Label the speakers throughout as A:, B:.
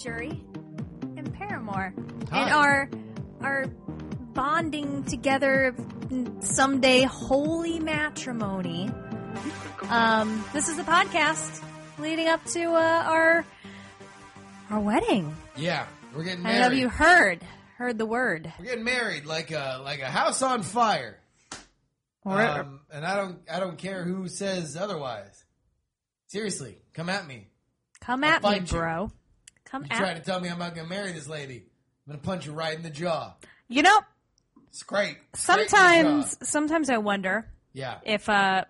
A: Jury and Paramore,
B: Hi.
A: and are are bonding together in someday holy matrimony. Um, this is the podcast leading up to uh, our our wedding.
B: Yeah, we're getting
A: I
B: married.
A: know you heard heard the word.
B: We're getting married like a like a house on fire.
A: Or-
B: Um, and I don't I don't care who says otherwise. Seriously, come at me.
A: come
B: I'll
A: at me,
B: find you.
A: bro. Come
B: You
A: at
B: try to tell me I'm not gonna marry this lady. I'm gonna punch you right in the jaw.
A: you know.
B: Scrape. scrape the
A: Sometimes,
B: jaw.
A: sometimes I wonder
B: Yeah.
A: if uh,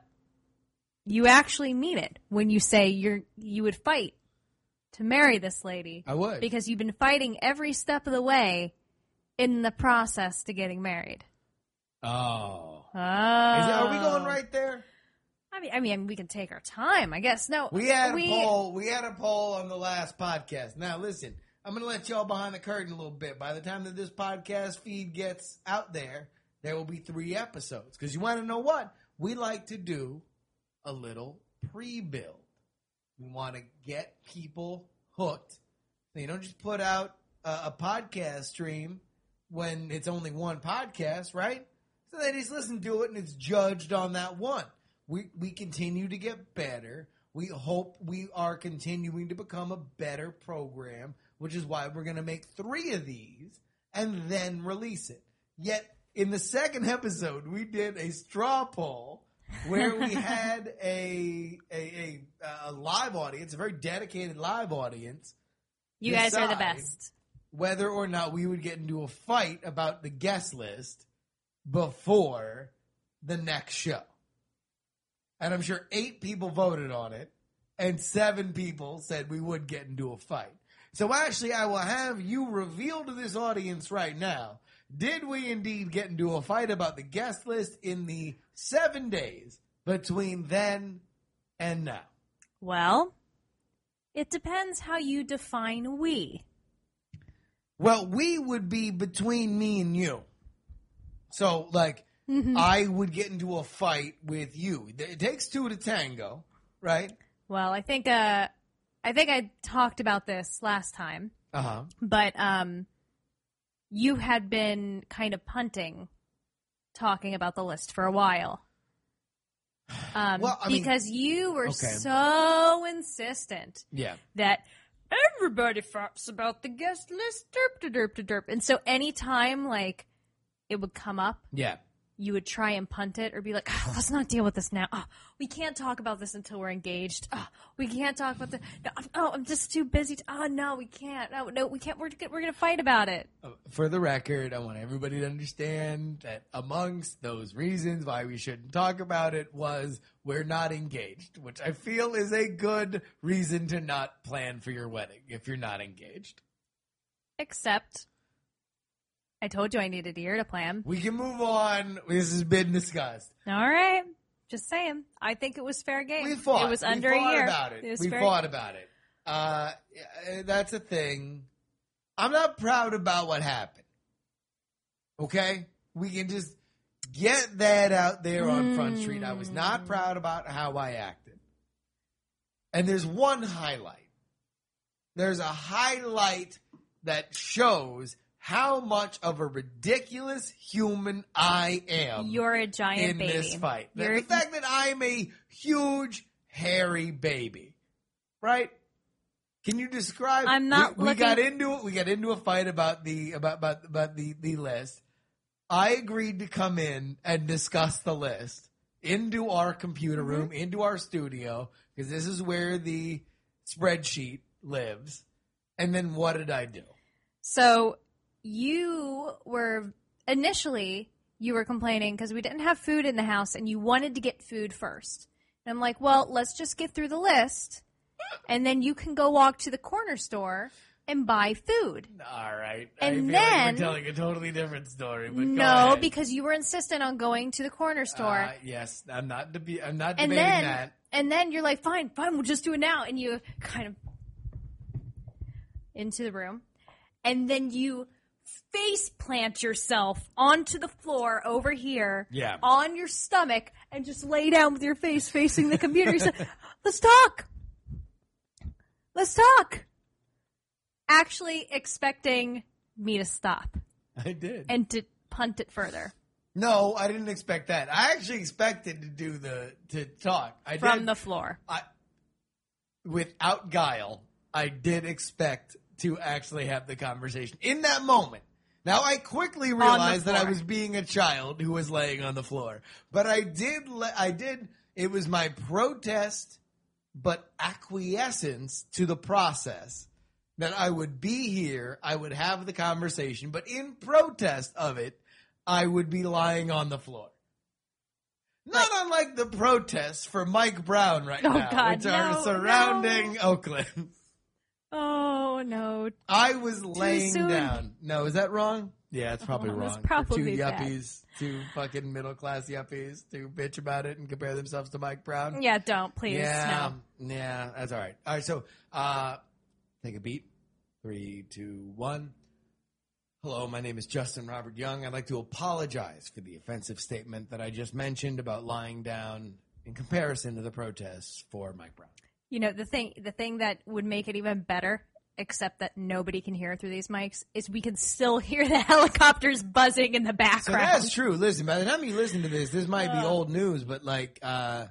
A: you actually mean it when you say you're you would fight to marry this lady
B: I would.
A: because you've been fighting every step of the way in the process to getting married.
B: oh.
A: Oh,
B: Is it- are we
A: Uh,
B: going right there?
A: I mean, I mean, we can take our time, I guess. No,
B: We had a poll. We had a poll on the last podcast. Now listen, I'm going to let y'all behind the curtain a little bit. By the time that this podcast feed gets out there, there will be three episodes. Because you want to know what we like to do? A little pre-build. We want to get people hooked. You don't just put out a, a podcast stream when it's only one podcast, right? So they just listen to it and it's judged on that one. We we continue to get better. We hope we are continuing to become a better program, which is why we're going to make 3 of these and then release it. Yet in the second episode, we did a straw poll where we had a a, a, a live audience, a very dedicated live audience
A: You guys are the
B: decide.
A: best.
B: whether or not we would get into a fight about the guest list before the next show. And I'm sure eight people voted on it, and seven people said we would get into a fight. So actually, I will have you reveal to this audience right now did we indeed get into a fight about the guest list in the seven days between then and now?
A: Well, it depends how you define we.
B: Well, we would be between me and you. So, like, I would get into a fight with you. It takes two to tango, right?
A: Well, I think uh, I think I talked about this last time,
B: Uh huh.
A: but um, you had been kind of punting, talking about the list for a while. Um,
B: Well, I mean-
A: because you were
B: Okay.
A: so insistent
B: Yeah.
A: that everybody farts about the guest list, derp to derp to derp, and so anytime like it would come up,
B: Yeah.
A: you would try and punt it or be like, oh, let's not deal with this now. Oh, we can't talk about this until we're engaged. Oh, we can't talk about this. No, I'm, oh, I'm just too busy. To, oh, no, we can't. No, no, we can't. We're, g- we're going to fight about it.
B: Uh, For the record, I want everybody to understand that amongst those reasons why we shouldn't talk about it was we're not engaged, which I feel is a good reason to not plan for your wedding if you're not engaged.
A: Except I told you I needed a year to plan.
B: We can move on. This has been discussed.
A: All right. Just saying. I think it was fair game.
B: We fought.
A: It was under
B: we
A: a
B: fought
A: year.
B: About it.
A: It was
B: we
A: fair-
B: fought about it. Uh, yeah, that's a thing. I'm not proud about what happened. Okay, we can just get that out there on Front Street. I was not proud about how I acted. And there's one highlight. There's a highlight that shows how much of a ridiculous human I am
A: You're a giant
B: in
A: baby.
B: this fight. The,
A: You're,
B: the fact that I'm a huge, hairy baby, right? Can you describe?
A: I'm not
B: We, we got
A: looking-
B: into it. We got into a fight about the about about about the the list. I agreed to come in and discuss the list into our computer
A: Mm-hmm.
B: room, into our studio, because this is where the spreadsheet lives. And then what did I do?
A: So you were initially you were complaining because we didn't have food in the house and you wanted to get food first. And I'm like, well, let's just get through the list and then you can go walk to the corner store and buy food.
B: All right,
A: And
B: I feel like
A: then-
B: we're telling a totally different story. But go
A: No,
B: ahead.
A: because you were insistent on going to the corner store.
B: Uh, yes, I'm not deb- I'm not
A: and
B: debating
A: then
B: that.
A: and then you're like, fine, fine, we'll just do it now. And you kind of into the room, and then you face plant yourself onto the floor over here,
B: Yeah.
A: on your stomach, and just lay down with your face facing the computer. You said, "Let's talk. Let's talk." actually expecting me to stop
B: I did.
A: and to punt it further
B: no, I didn't expect that. I actually expected to do the to talk. I
A: from
B: did,
A: the floor.
B: I, without guile, I did expect to actually have the conversation in that moment. Now I quickly
A: the
B: realized that I
A: floor.
B: was being a child who was laying on the floor, but I did. Le- I did. It was my protest, but acquiescence to the process that I would be here. I would have the conversation, but in protest of it, I would be lying on the floor. Not unlike the protests for Mike Brown right
A: Oh,
B: now,
A: God,
B: which are
A: no,
B: surrounding Oakland.
A: Oh no!
B: I was laying
A: soon.
B: down. No, is that wrong? Yeah, it's probably
A: Oh,
B: wrong.
A: that's
B: For
A: probably
B: two
A: bad.
B: yuppies, two fucking middle class yuppies, to bitch about it and compare themselves to Mike Brown.
A: Yeah, don't please.
B: yeah,
A: No.
B: yeah, that's all right. All right, so uh, take a beat. Three, two, one. Hello, my name is Justin Robert Young. I'd like to apologize for the offensive statement that I just mentioned about lying down in comparison to the protests for Mike Brown.
A: You know the thing. The thing that would make it even better, except that nobody can hear it through these mics, is we can still hear the helicopters buzzing in the
B: So
A: background.
B: that's true. Listen, by the time you listen to this, this might be
A: Oh.
B: old news, but like, uh,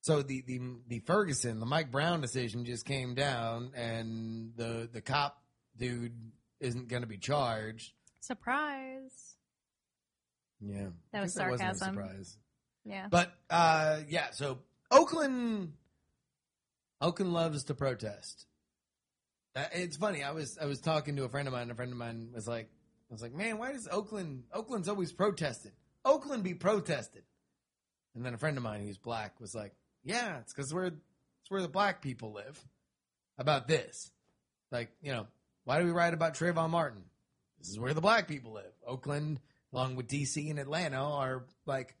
B: so the, the, the Ferguson, the Mike Brown decision just came down and the, the cop dude isn't going to be charged.
A: Surprise!
B: Yeah.
A: That
B: I
A: was
B: guess wasn't a
A: sarcasm.
B: surprise.
A: Yeah.
B: But, uh, yeah, so Oakland, Oakland loves to protest. Uh, It's funny. I was, I was talking to a friend of mine and a friend of mine was like, I was like, man, why does Oakland, Oakland's always protesting. Oakland be protested. And then a friend of mine who's black was like, "Yeah, it's because we're it's where the black people live." About this, like you know, why do we write about Trayvon Martin? This is where the black people live. Oakland, along with D.C. and Atlanta, are like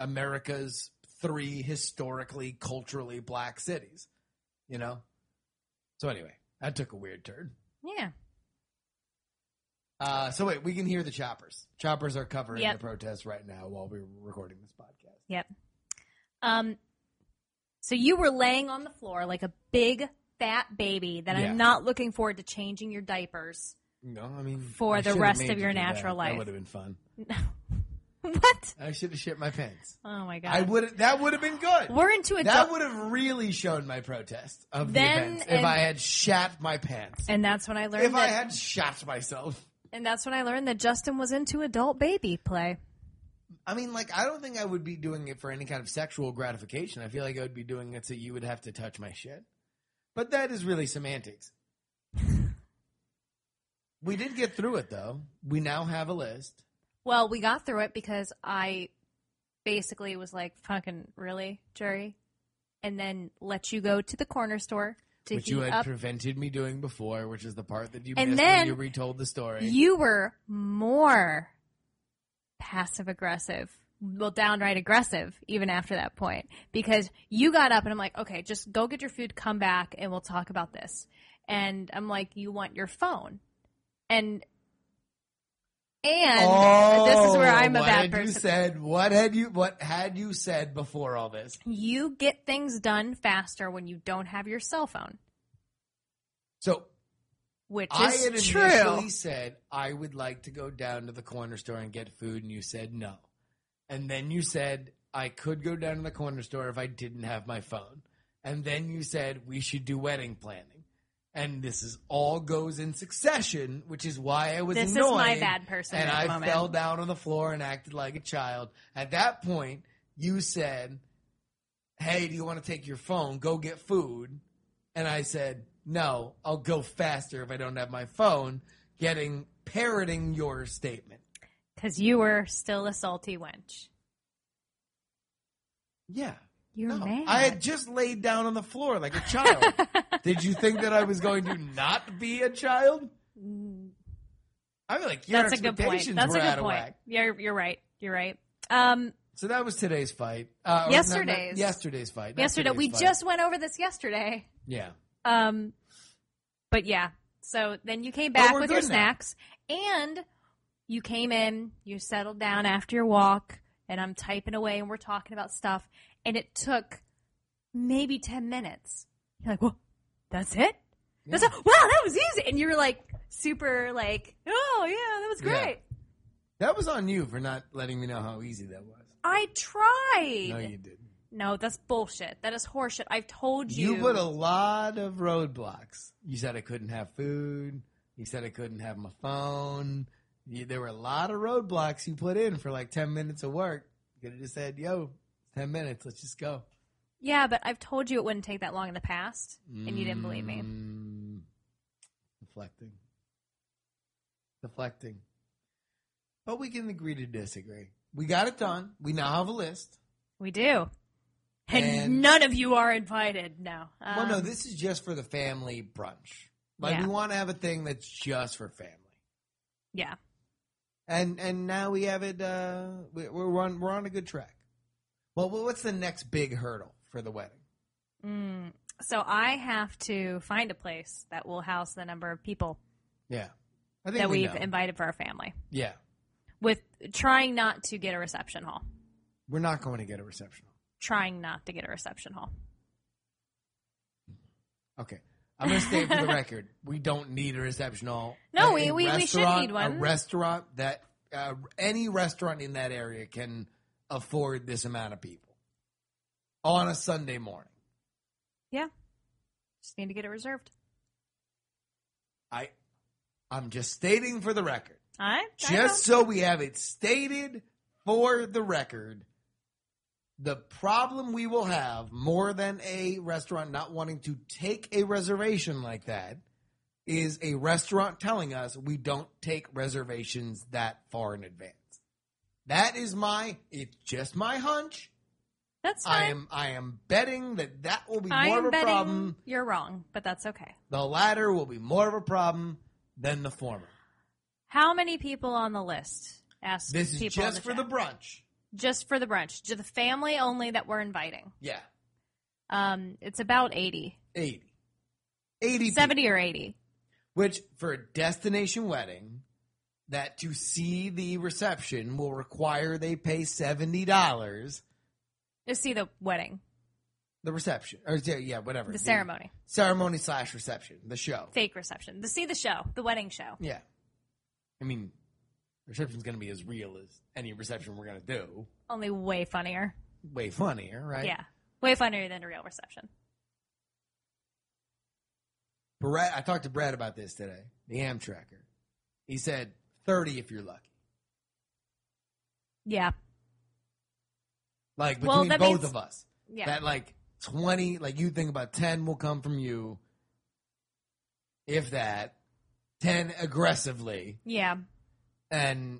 B: America's three historically culturally black cities. You know. So anyway, that took a weird turn.
A: Yeah.
B: Uh, so wait, we can hear the choppers. Choppers are covering
A: Yep.
B: the protests right now while we're recording this podcast.
A: Um. So you were laying on the floor like a big fat baby that
B: Yeah.
A: I'm not looking forward to changing your diapers.
B: No, I mean
A: For
B: I
A: the
B: should've
A: rest
B: made
A: of
B: you
A: your
B: do
A: natural
B: that. That
A: life.
B: would have been fun.
A: what?
B: I should have shit my pants.
A: Oh my god.
B: I would. That would have been good.
A: We're into
B: That
A: adult,
B: would have really shown my protest of
A: Then
B: the event if
A: and-
B: I had shat my pants.
A: and that's when I learned
B: If I
A: that,
B: had shat myself.
A: and that's when I learned that Justin was into adult baby play.
B: I mean, like, I don't think I would be doing it for any kind of sexual gratification. I feel like I would be doing it so you would have to touch my shit. But that is really semantics. we did get through it, though. We now have a list.
A: Well, we got through it because I basically was like, "Fucking really, Jerry," and then let you go to the corner store to
B: which
A: heat
B: you had
A: up.
B: prevented me doing before, which is the part that you
A: And
B: missed when
A: then
B: you retold the story.
A: you were more passive aggressive, well, downright aggressive, even after that point, because you got up and I'm like, "Okay, just go get your food, come back, and we'll talk about this." And I'm like, "You want your phone?" And and this is where I'm a
B: Oh, what
A: bad
B: had You
A: person.
B: said what had you what had you said before all this?
A: you get things done faster when you don't have your cell phone,
B: So
A: which
B: I had
A: is
B: initially
A: true.
B: said I would like to go down to the corner store and get food, and you said no, and then you said I could go down to the corner store if I didn't have my phone, and then you said we should do wedding planning. And this is all goes in succession, which is why I was
A: This
B: annoyed.
A: is my bad person
B: and
A: at
B: I
A: the moment.
B: fell down on the floor and acted like a child. At that point, you said, "Hey, do you want to take your phone? Go get food." And I said, "No, I'll go faster if I don't have my phone." Getting parroting your statement.
A: because you were still a salty wench.
B: Yeah.
A: You're
B: no.
A: mad.
B: I had just laid down on the floor like a child. Did you think that I was going to not be a child? I feel like your
A: That's a good point.
B: expectations
A: That's
B: were
A: a
B: out
A: good
B: of
A: point.
B: whack.
A: You're you're right. You're right. Um,
B: So that was today's fight. Uh, or not- not-
A: Yesterday's.
B: yesterday's fight. not
A: yesterday
B: today's
A: we
B: fight.
A: just went over this yesterday.
B: yeah.
A: Um, but yeah. So then you came
B: But
A: back
B: we're
A: with your
B: good now.
A: snacks, and you came in. You settled down after your walk, and I'm typing away, and we're talking about stuff, and it took maybe ten minutes. You're like, "Well, that's it." That's like, wow, that was easy. And you were like super like, oh yeah, that was
B: Yeah.
A: great.
B: That was on you for not letting me know how easy that was.
A: I tried.
B: No, you didn't.
A: No, that's bullshit. That is horseshit. I've told you.
B: You put a lot of roadblocks. You said I couldn't have food. You said I couldn't have my phone. You, there were a lot of roadblocks you put in for like 10 minutes of work. You could have just said, yo, 10 minutes, let's just go.
A: yeah, but I've told you it wouldn't take that long in the past, and you didn't believe me.
B: Mm, Deflecting. Deflecting. But we can agree to disagree. We got it done. We now have a list.
A: We do. And,
B: And-
A: none of you are invited Um, now.
B: well, no, this is just for the family brunch. Like
A: yeah.
B: we want to have a thing that's just for family.
A: yeah.
B: and and now we have it. Uh, we, we're on we're on a good track. Well, wha- what's the next big hurdle for the wedding?
A: Mm. So I have to find a place that will house the number of people
B: Yeah, I think
A: that
B: we
A: we've
B: know.
A: invited for our family.
B: yeah,
A: With trying not to get a reception hall.
B: we're not going to get a reception.
A: Trying not to get a reception hall.
B: Okay, I'm going to state for the record: we don't need a reception hall.
A: No,
B: A-
A: we-
B: a
A: we- we should
B: restaurant-
A: need one.
B: A restaurant that uh, any restaurant in that area can afford this amount of people on a Sunday morning.
A: Just need to get it reserved.
B: I, I'm just stating for the record.
A: I, I know.
B: just so we have it stated for the record, the problem we will have more than a restaurant not wanting to take a reservation like that is a restaurant telling us we don't take reservations that far in advance. That is my, it's just my hunch.
A: that's
B: I
A: fine.
B: am, I am betting that that will be
A: I
B: more of
A: am
B: a
A: betting
B: problem.
A: you're wrong, but that's okay.
B: The latter will be more of a problem than the former.
A: How many people on the list? Asked
B: This is
A: people in
B: just for the
A: chat.
B: brunch.
A: just for the brunch, to the family only that we're inviting.
B: Yeah.
A: Um, it's about 80,
B: 80. 80 people,
A: 70 or 80.
B: which for a destination wedding that to see the reception will require they pay $70
A: To see the wedding,
B: the reception or yeah, yeah, whatever.
A: the ceremony,
B: Ceremony slash reception, the show.
A: fake reception, to see the show, the wedding show.
B: Yeah. I mean, reception's going to be as real as any reception we're going to do.
A: Only way funnier.
B: Way funnier, right?
A: Yeah. Way funnier than a real reception.
B: Brad, I talked to Brad about this today, the Amtracker. He said 30 if you're lucky.
A: Yeah.
B: Like
A: Well,
B: between
A: that
B: both
A: means-
B: of us.
A: Yeah.
B: that like 20 like you think about 10 will come from you if that 10 aggressively
A: yeah.
B: and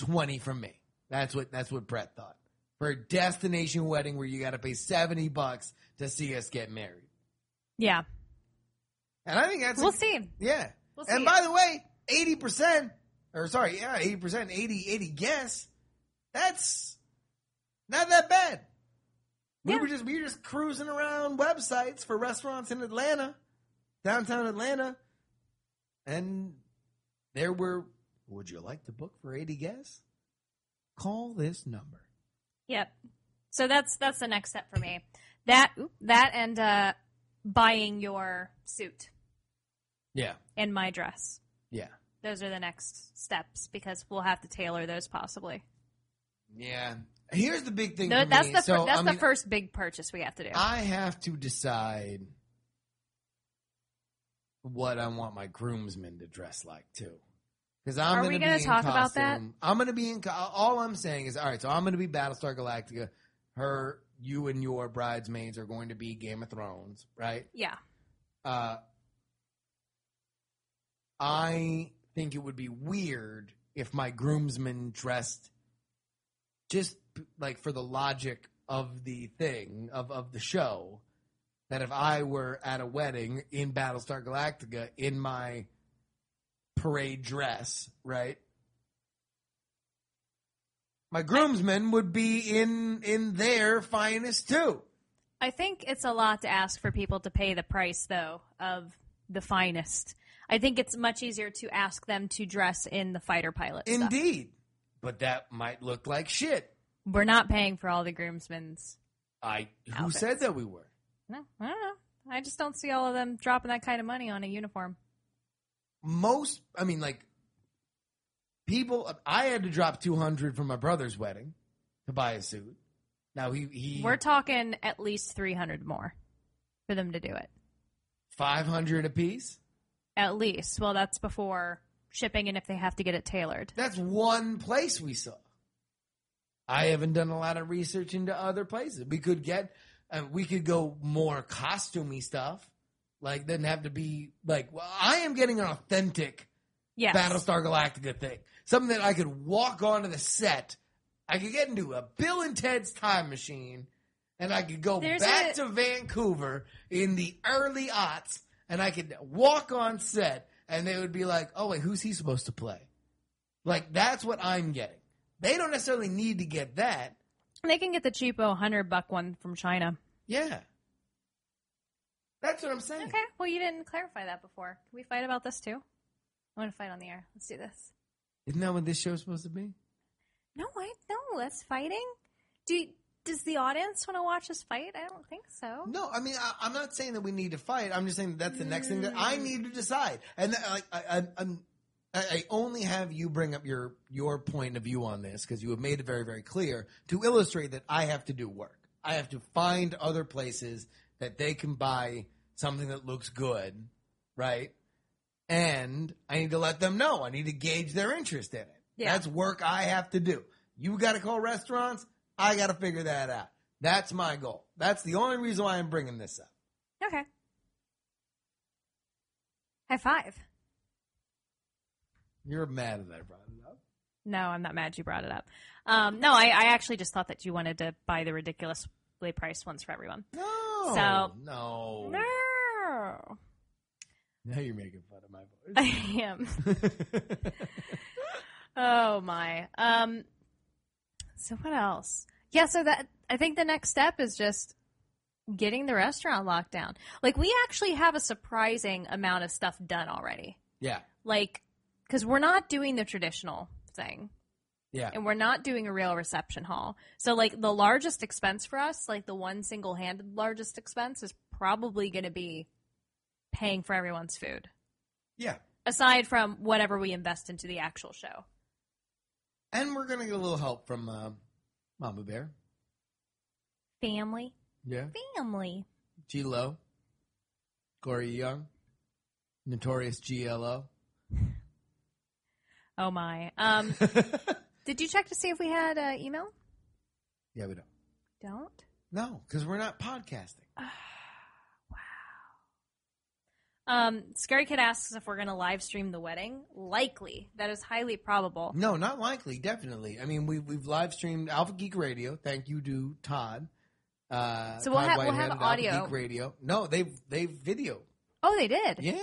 B: 20 from me that's what that's what brett thought for a destination wedding where you got to pay 70 bucks to see us get married
A: Yeah.
B: and i think that's
A: We'll
B: a-
A: see.
B: yeah
A: We'll see.
B: and by the way 80% or sorry yeah 80% 80 80 guess that's not that bad We
A: Yeah.
B: were just we were just cruising around websites for restaurants in Atlanta, downtown Atlanta, and there were. Would you like to book for eighty guests? Call this number.
A: Yep. So that's that's the next step for me. That that and uh buying your suit
B: Yeah,
A: and my dress.
B: yeah,
A: Those are the next steps because we'll have to tailor those possibly.
B: yeah. Here's the big thing.
A: No,
B: for
A: that's
B: me.
A: the fir-
B: so,
A: that's
B: I
A: the
B: mean,
A: first big purchase we have to do.
B: I have to decide what I want my groomsmen to dress like too. Because I'm
A: Are
B: gonna
A: we
B: be
A: gonna
B: in
A: talk about that?
B: costume. I'm gonna be in. co- All I'm saying is, all right. So I'm gonna be Battlestar Galactica. Her, you, and your bridesmaids are going to be Game of Thrones, right?
A: yeah.
B: Uh, I think it would be weird if my groomsmen dressed just p- like for the logic of the thing of of the show that if I were at a wedding in Battlestar Galactica in my parade dress, right? My groomsmen would be in in their finest too.
A: I think it's a lot to ask for people to pay the price though of the finest. I think it's much easier to ask them to dress in the fighter pilot stuff.
B: Indeed. But that might look like shit.
A: We're not paying for all the groomsmen's.
B: I who
A: outfits.
B: said that we were?
A: No, I don't know. I just don't see all of them dropping that kind of money on a uniform.
B: most i mean like people i had to drop 200 for my brother's wedding to buy a suit now he he
A: We're talking at least 300 more for them to do it.
B: 500 a piece
A: At least. Well, that's before shipping and if they have to get it tailored.
B: that's one place we saw i haven't done a lot of research into other places we could get uh, we could go more costumey stuff like doesn't have to be like well i am getting an authentic
A: Yes.
B: Battlestar Galactica thing. Something that I could walk onto the set. I could get into a Bill and Ted's time machine, and I could go
A: There's
B: back
A: a-
B: to Vancouver in the early aughts, and I could walk on set, and they would be like, "Oh wait, who's he supposed to play?" Like that's what I'm getting. They don't necessarily need to get that.
A: They can get the cheapo 100 buck one from China.
B: Yeah, that's what I'm saying.
A: Okay. Well, you didn't clarify that before. Can we fight about this too? I want to fight on the air. Let's do this.
B: Isn't that what this show's supposed to be?
A: No, I no. That's fighting. Do you- does the audience want to watch us fight? I don't think so.
B: No, I mean I, I'm not saying that we need to fight. I'm just saying that that's the next thing that I need to decide. And that, like I, I, I'm, I, I only have you bring up your your point of view on this because you have made it very very clear to illustrate that I have to do work. I have to find other places that they can buy something that looks good, right? And I need to let them know. I need to gauge their interest in it.
A: Yeah.
B: That's work I have to do. You got to call restaurants. I got to figure that out. That's my goal. That's the only reason why I'm bringing this up.
A: Okay. High five.
B: You're mad that I brought it up.
A: No, I'm not mad you brought it up. Um, no, I, I actually just thought that you wanted to buy the ridiculously priced ones for everyone.
B: No.
A: So-
B: no.
A: No,
B: Now you're making fun of my voice.
A: I am. Oh my. Um so what else? Yeah, so that I think the next step is just getting the restaurant locked down. Like we actually have a surprising amount of stuff done already.
B: yeah.
A: Like cuz we're not doing the traditional thing
B: Yeah.
A: and we're not doing a real reception hall. So like the largest expense for us, like the one single-handed largest expense is probably going to be paying for everyone's food
B: Yeah.
A: aside from whatever we invest into the actual show.
B: And we're going to get a little help from uh, Mama Bear.
A: Family,
B: Yeah.
A: family.
B: G Lo. Corey Young. Notorious GLO.
A: Oh my. Um,
B: yeah,
A: did you check to see if we had uh, email?
B: we don't.
A: Don't.
B: No, because we're not podcasting.
A: Um, Scary Kid asks if we're going to live stream the wedding. Likely. That is highly probable.
B: No, not likely. Definitely. I mean, we we've live streamed Alpha Geek Radio. Thank you to Todd. Uh,
A: So we'll
B: Todd
A: have- we'll
B: Whitehead
A: have
B: at Alpha
A: audio.
B: Geek Radio. No, they've they've video.
A: Oh, they did.
B: Yeah,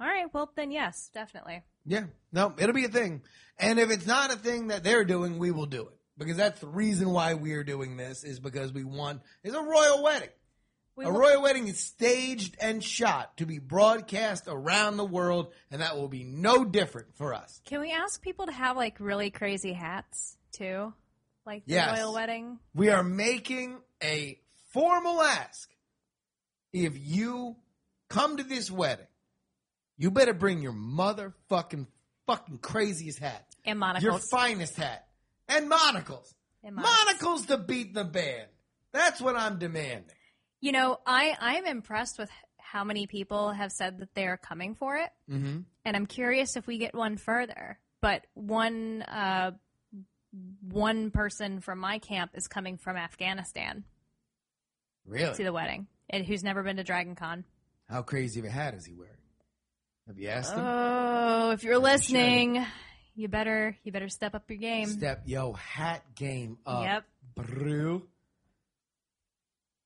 A: All right. Well, then yes, definitely.
B: yeah. No, it'll be a thing. And if it's not a thing that they're doing, we will do it because that's the reason why we're doing this is because we want it's a royal wedding.
A: We
B: a
A: will-
B: royal wedding is staged and shot to be broadcast around the world, and that will be no different for us.
A: Can we ask people to have like really crazy hats too? Like the
B: Yes.
A: royal wedding?
B: We are making a formal ask. If you come to this wedding, you better bring your motherfucking fucking craziest hat,
A: And
B: your
A: monocles.
B: finest hat, and monocles.
A: And monocles.
B: Monocles to beat the band. That's what I'm demanding.
A: you know, I, I'm impressed with how many people have said that they are coming for it.
B: Mm-hmm.
A: and I'm curious if we get one further. But one uh, one person from my camp is coming from Afghanistan to
B: Really?
A: the wedding, and who's never been to Dragon Con.
B: How crazy of a hat is he wearing? Have you asked him?
A: Oh, if you're
B: Sure.
A: listening, you better you better step up your game.
B: Step yo hat game up.
A: Yep.
B: Brew.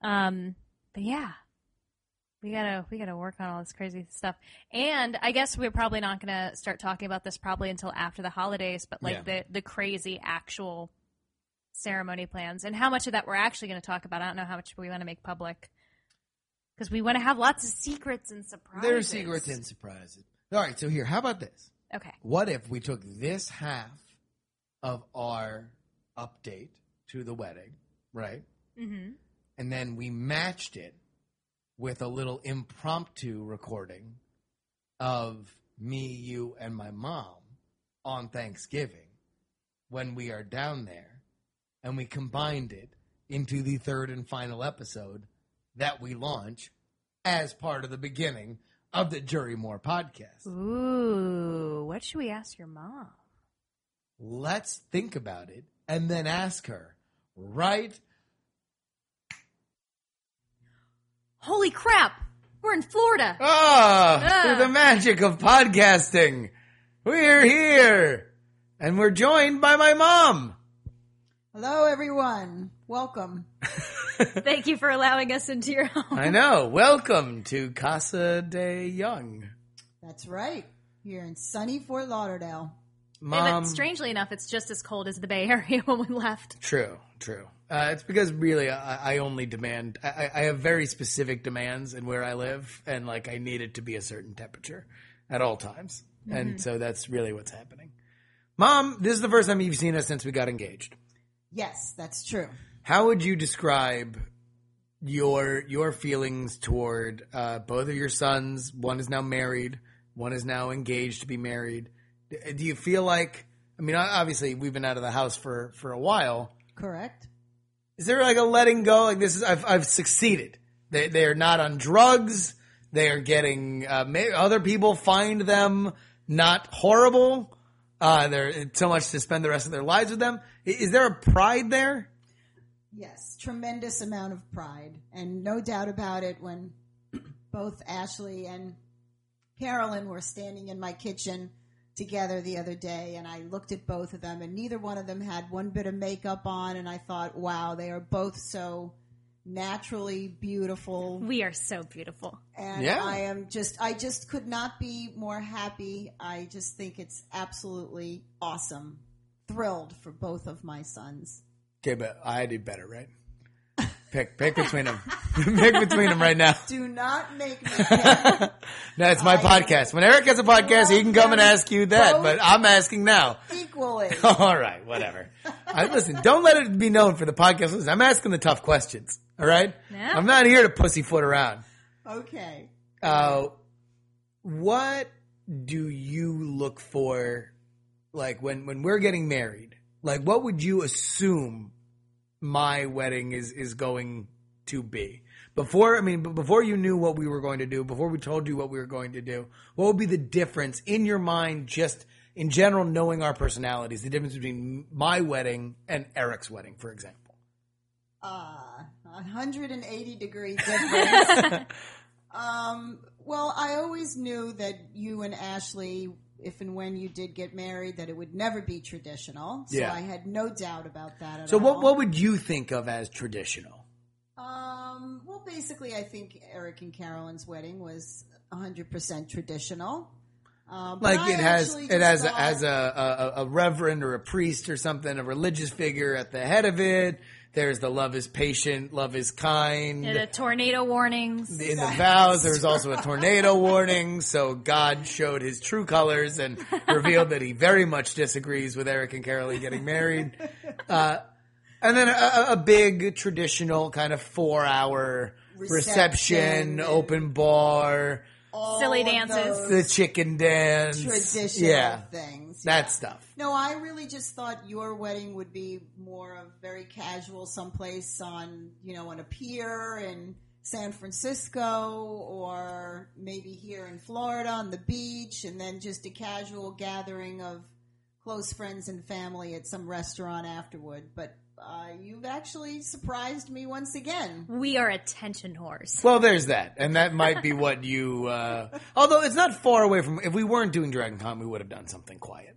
A: Um, but yeah, we gotta we gotta work on all this crazy stuff. And I guess we're probably not gonna start talking about this probably until after the holidays. But like the the crazy actual ceremony plans and how much of that we're actually going to talk about. I don't know how much we want to make public because we want to have lots of secrets and surprises.
B: There's secrets and surprises. All right, so here, how about this?
A: Okay.
B: What if we took this half of our update to the wedding, right?
A: Mm-hmm.
B: And then we matched it with a little impromptu recording of me, you, and my mom on Thanksgiving when we are down there, and we combined it into the third and final episode that we launch as part of the beginning of the Jury Moore podcast.
A: Mm-hmm. Ooh, what should we ask your mom?
B: Let's think about it and then ask her right
A: Holy crap! We're in Florida.
B: Ah,
A: Ah.
B: through the magic of podcasting, we're here, and we're joined by my mom.
C: Hello, everyone. Welcome.
A: Thank you for allowing us into your home.
B: I know. Welcome to Casa de Young,
C: That's right. You're in sunny Fort Lauderdale.
B: mom.
A: but strangely enough, it's just as cold as the Bay Area when we left.
B: True, true. Uh, it's because really, I, I only demand. I, I- I have very specific demands in where I live, and like I need it to be a certain temperature at all times, and so that's really what's happening. Mom, this is the first time you've seen us since we got engaged.
C: Yes, that's true.
B: How would you describe your your feelings toward uh, both of your sons? One is now married. One is now engaged to be married. D- uh, Do you feel like? I mean, o- obviously, we've been out of the house for for a while.
C: Correct?
B: Is there like a letting go? Like this is I've I've succeeded. They they are not on drugs. They are getting uh, may, other people find them not horrible. Uh, they're it's so much to spend the rest of their lives with them. I- Is there a pride there?
C: Yes, tremendous amount of pride. And no doubt about it, when both Ashley and Carolyn were standing in my kitchen together the other day, and I looked at both of them, and neither one of them had one bit of makeup on, and I thought, wow, they are both so naturally beautiful.
A: We are so beautiful.
C: and
B: Yeah.
C: I am just I just could not be more happy. I just think it's absolutely awesome. Thrilled for both of my sons.
B: Okay, but I do better, right? Pick pick between them. pick between them right now.
C: Do not make me pick.
B: No, it's my podcast. When Eric has a podcast, he can come and ask you that. But I'm asking now.
C: equally.
B: All right, whatever. I listen. Don't let it be known for the podcast. Listen, I'm asking the tough questions. All right,
A: Yeah.
B: I'm not here to pussyfoot around.
C: Okay.
B: Uh, what do you look for, like when when we're getting married? Like, what would you assume my wedding is is going to be? Before, I mean, b- before you knew what we were going to do, before we told you what we were going to do, what would be the difference in your mind, just in general, knowing our personalities, the difference between my wedding and Eric's wedding, for example?
C: Uh, 180 degree difference. um, well, I always knew that you and Ashley, if and when you did get married, that it would never be traditional. So
B: Yeah.
C: I had no doubt about that at
B: So,
C: all.
B: what what would you think of as traditional?
C: Um, well, basically, I think Eric and Carolyn's wedding was 100% traditional. Um, but
B: like
C: I
B: it has
C: actually
B: it has
C: just thought-
B: as a, a a reverend or a priest or something a religious figure at the head of it there's the love is patient love is kind
A: The tornado warnings.
B: in the vows there was also a tornado warning so god showed his true colors and revealed that he very much disagrees with eric and carolee getting married uh, and then a- a, a big traditional kind of four hour reception,
C: Reception.
B: open bar
C: all
A: silly
C: of
A: dances.
B: the
C: those
B: chicken dance
C: traditional
B: yeah
C: things.
B: that stuff
C: No, I really just thought your wedding would be more of very casual, someplace on you know on a pier in San Francisco, or maybe here in Florida on the beach, and then just a casual gathering of close friends and family at some restaurant afterward. But uh, you've actually surprised me once again.
A: We are attention whores.
B: Well, there's that, and that might be what you. Uh, although it's not far away from. If we weren't doing Dragon Con, we would have done something quiet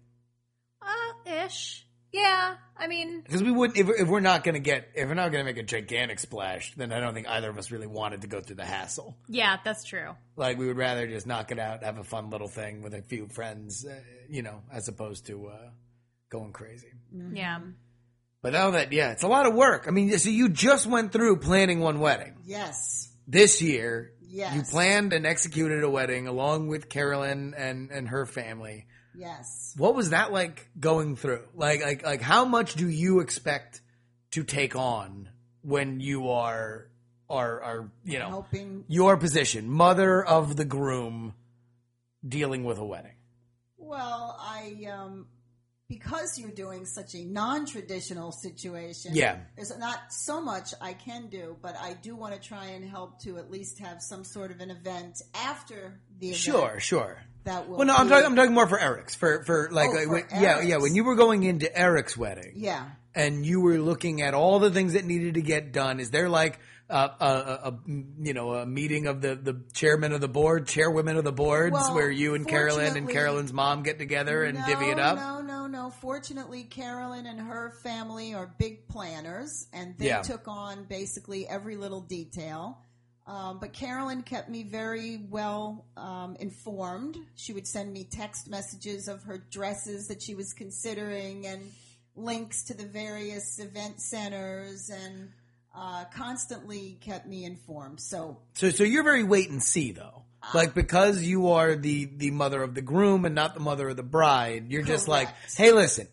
A: Uh, ish. Yeah. I mean,
B: because we wouldn't. If, if we're not going to get, if we're not going to make a gigantic splash, then I don't think either of us really wanted to go through the hassle.
A: yeah, that's true.
B: Like we would rather just knock it out, have a fun little thing with a few friends, uh, you know, as opposed to uh, going crazy.
A: Yeah.
B: But all that, yeah, it's a lot of work. I mean, so you just went through planning one wedding.
C: Yes,
B: this year
C: Yes.
B: you planned and executed a wedding along with Carolyn and and her family.
C: yes.
B: What was that like going through? Like like like how much do you expect to take on when you are are are you know
C: helping.
B: your position, mother of the groom, dealing with a wedding.
C: Well, I um, because you're doing such a non-traditional situation.
B: Yeah.
C: there's not so much I can do, but I do want to try and help to at least have some sort of an event after the event
B: Sure, sure.
C: That will.
B: Well, no, I'm
C: be-
B: talking. I'm talking more for Eric's. For for like,
C: Oh,
B: like
C: for
B: when, yeah, yeah.
C: Eric's.
B: When you were going into Eric's wedding,
C: Yeah.
B: and you were looking at all the things that needed to get done, is there like a, a, a a, you know a meeting of the the chairman of the board, chairwomen of the boards,
C: Well,
B: where you and Carolyn and
C: fortunately-
B: Carolyn's mom get together and
C: no,
B: divvy it up?
C: No, no, no. Fortunately, Carolyn and her family are big planners, and they
B: Yeah.
C: took on basically every little detail. Um, but Carolyn kept me very well um, informed. She would send me text messages of her dresses that she was considering and links to the various event centers and uh, constantly kept me informed. So
B: So so you're very wait and see though. Like because you are the the mother of the groom and not the mother of the bride, you're just like,
C: Correct.
B: hey, listen.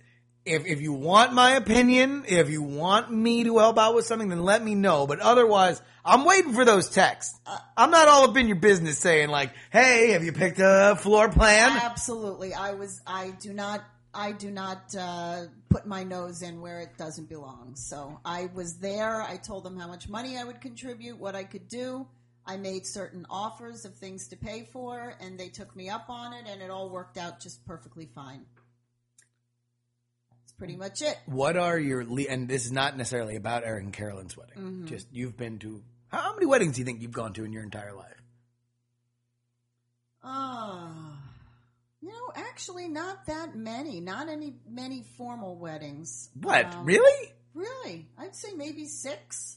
B: If, if you want my opinion, if you want me to help out with something, then let me know. But otherwise, I'm waiting for those texts.
C: Uh,
B: I'm not all up in your business saying like, "Hey, have you picked a floor plan?"
C: Absolutely. I was. I do not. I do not uh, put my nose in where it doesn't belong. So I was there. I told them how much money I would contribute, what I could do. I made certain offers of things to pay for, and they took me up on it, and it all worked out just perfectly fine. That's pretty much it.
B: What are your le- and this is not necessarily about Eric and Carolyn's wedding.
C: Mm-hmm.
B: Just you've been to how, how many weddings do you think you've gone to in your entire life?
C: Ah, you know, actually, not that many. Not any many formal weddings.
B: What
C: Um,
B: really?
C: Really, I'd say maybe six.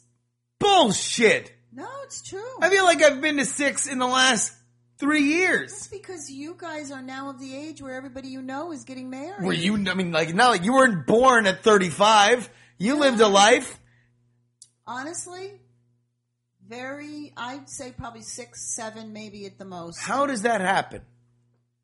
B: Bullshit.
C: No, it's true.
B: I feel like I've been to six in the last three
C: That's
B: years.
C: because you guys are now of the age where everybody you know is getting married.
B: Were you? I mean, like, not like you weren't born at thirty-five. You lived a life.
C: Honestly, very, I'd say probably six, seven, maybe at the most.
B: How does that happen?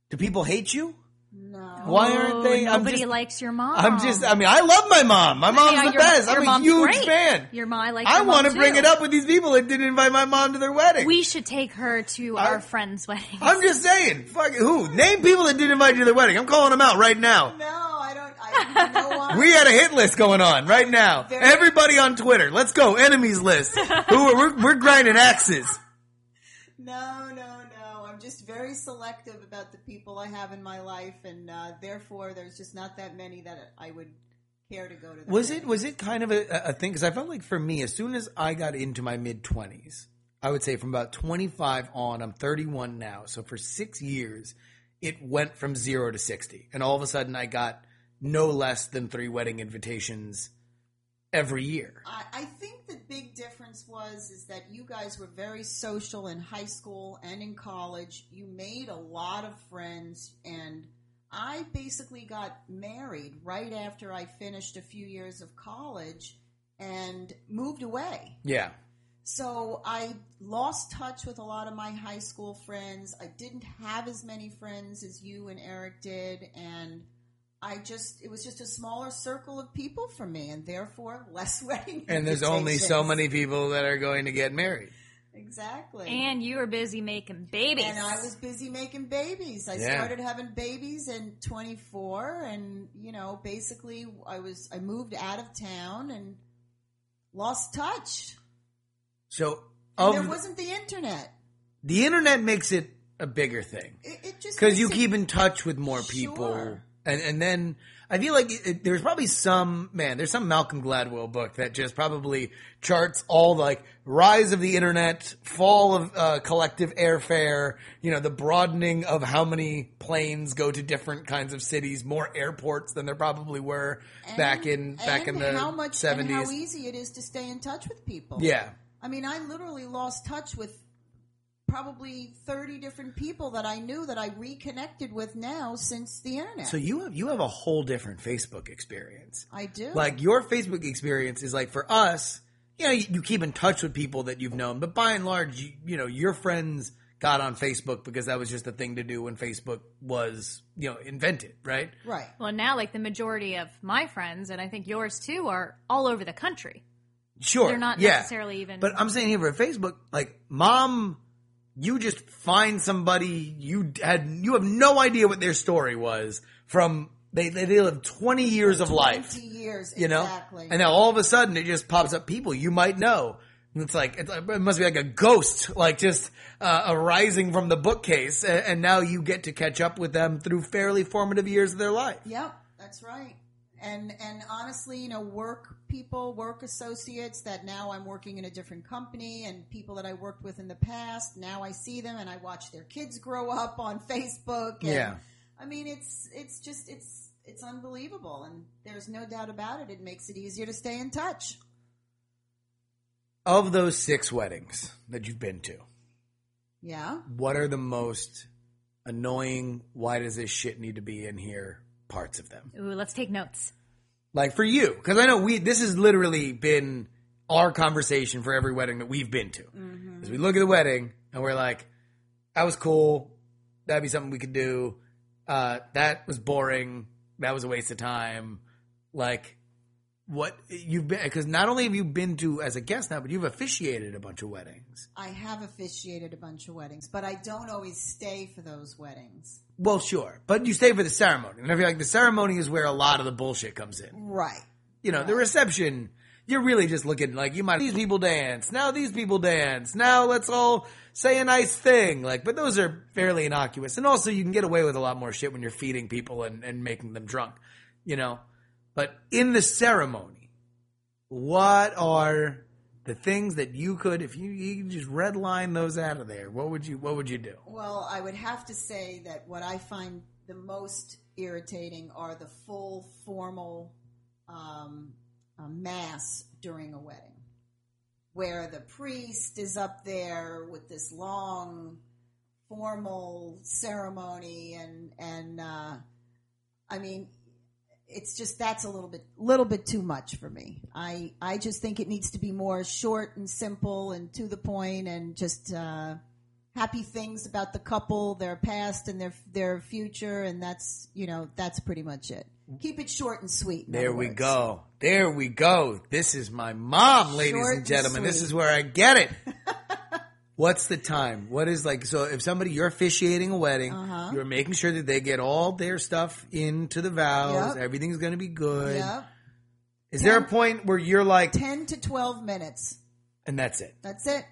B: Do people hate you?
C: No.
B: Why aren't they? I'm
A: Oh, Nobody
B: just.
A: likes your mom.
B: I'm just. I mean, I love my mom. My mom's
A: Yeah,
B: the
A: your-
B: best.
A: your
B: I'm a
A: mom's
B: huge
A: great.
B: fan.
A: Your mom, I like.
B: I
A: your
B: want to
A: mom,
B: bring
A: too.
B: it up with these people that didn't invite my mom to their wedding.
A: We should take her to
B: I-
A: our friend's wedding.
B: I'm just saying. Fuck it, who? Name people that didn't invite you to their wedding. I'm calling them out right now.
C: No, I don't, I you know what?
B: We had a hit list going on right now.
C: Very-
B: Everybody on Twitter, let's go enemies list. Who are, we're, we're grinding axes.
C: No, no, no. I'm just very selective about the people I have in my life, and uh, therefore there's just not that many that I would care to go to. their
B: Was it
C: wedding.
B: was it kind of a, a thing? Because I felt like for me, as soon as I got into my mid twenties, I would say from about twenty five on, I'm thirty one now. So for six years, it went from zero to sixty, and all of a sudden, I got no less than three wedding invitations every year.
C: I, I think the big difference was is that you guys were very social in high school and in college. You made a lot of friends, and I basically got married right after I finished a few years of college and moved away.
B: Yeah,
C: So I lost touch with a lot of my high school friends. I didn't have as many friends as you and Eric did, and I just it was just a smaller circle of people for me, and therefore less wedding.
B: and there's only so
C: invitations.
B: many people that are going to get married.
C: exactly.
A: and you were busy making babies.
C: And I was busy making babies. I
B: Yeah.
C: started having babies in 24, and you know, basically, I was I moved out of town and lost touch.
B: So
C: And
B: of
C: there wasn't the internet.
B: the internet makes it a bigger thing.
C: It, it just
B: because
C: makes
B: you
C: it-
B: keep in touch with more people
C: Sure.
B: and and then i feel like it, it- there's probably some man there's some malcolm gladwell book that just probably charts all like rise of the internet fall of uh, collective airfare you know the broadening of how many planes go to different kinds of cities more airports than there probably were back in
C: And-
B: back in
C: and
B: the
C: how much, and
B: 70s
C: how easy it is to stay in touch with people.
B: yeah
C: I mean, I literally lost touch with probably thirty different people that I knew that I reconnected with now since the internet.
B: so you have you have a whole different facebook experience
C: I do.
B: like your Facebook experience is like for us, you know, you, you keep in touch with people that you've known, but by and large, you, you know, your friends got on Facebook because that was just a thing to do when Facebook was, you know, invented, right?
C: right.
A: well, now like the majority of my friends, and I think yours too, are all over the country.
B: Sure.
A: They're not
B: yeah.
A: necessarily even.
B: But I'm saying here for Facebook, like mom, you just find somebody you had you have no idea what their story was from they they, they lived 20 years of life,
C: 20 years,
B: you know,
C: exactly.
B: and now all of a sudden it just pops up people you might know. And It's like it's like- it must be like a ghost, like just uh, arising from the bookcase, and, and now you get to catch up with them through fairly formative years of their life.
C: Yep, that's right. And and honestly, you know, work people, work associates that now I'm working in a different company and people that I worked with in the past, now I see them and I watch their kids grow up on Facebook. And,
B: Yeah.
C: I mean, it's it's just it's it's unbelievable and there's no doubt about it. It makes it easier to stay in touch.
B: Of those six weddings that you've been to,
C: Yeah.
B: what are the most annoying why does this shit need to be in here parts of them
A: Ooh, let's take notes.
B: like for you because i know we this has literally been our conversation for every wedding that we've been to Is we look at the wedding and we're like that was cool that'd be something we could do uh, that was boring that was a waste of time like what you've been because not only have you been to as a guest now but you've officiated a bunch of weddings
C: I have officiated a bunch of weddings, but I don't always stay for those weddings.
B: Well, sure, but you stay for the ceremony, and I feel like the ceremony is where a lot of the bullshit comes in.
C: Right.
B: You know, the reception. You're really just looking like you might. These people dance now. These people dance now. Let's all say a nice thing. Like, but those are fairly innocuous, and also you can get away with a lot more shit when you're feeding people and, and making them drunk. You know, but in the ceremony, what are the things that you could, if you, you could just redline those out of there? What would you? What would you do?
C: Well, I would have to say that what I find the most irritating are the full formal um, uh, mass during a wedding, where the priest is up there with this long formal ceremony, and and uh, I mean, it's just that's a little bit little bit too much for me. I I just think it needs to be more short and simple and to the point, and just. Uh, happy things about the couple, their past and their their future, and that's you know that's pretty much it. Keep it short and sweet. in
B: There
C: other
B: we
C: words.
B: go. There we go. This is my mom, ladies
C: Short
B: and
C: and
B: gentlemen. this
C: sweet.
B: is where I get it. What's the time? What is like? So if somebody you're officiating a wedding,
C: Uh-huh.
B: you're making sure that they get all their stuff into the vows.
C: Yep.
B: Everything's going to be good.
C: Yep.
B: Is there a point where you're like,
C: Ten to twelve minutes.
B: and that's it?
C: That's it.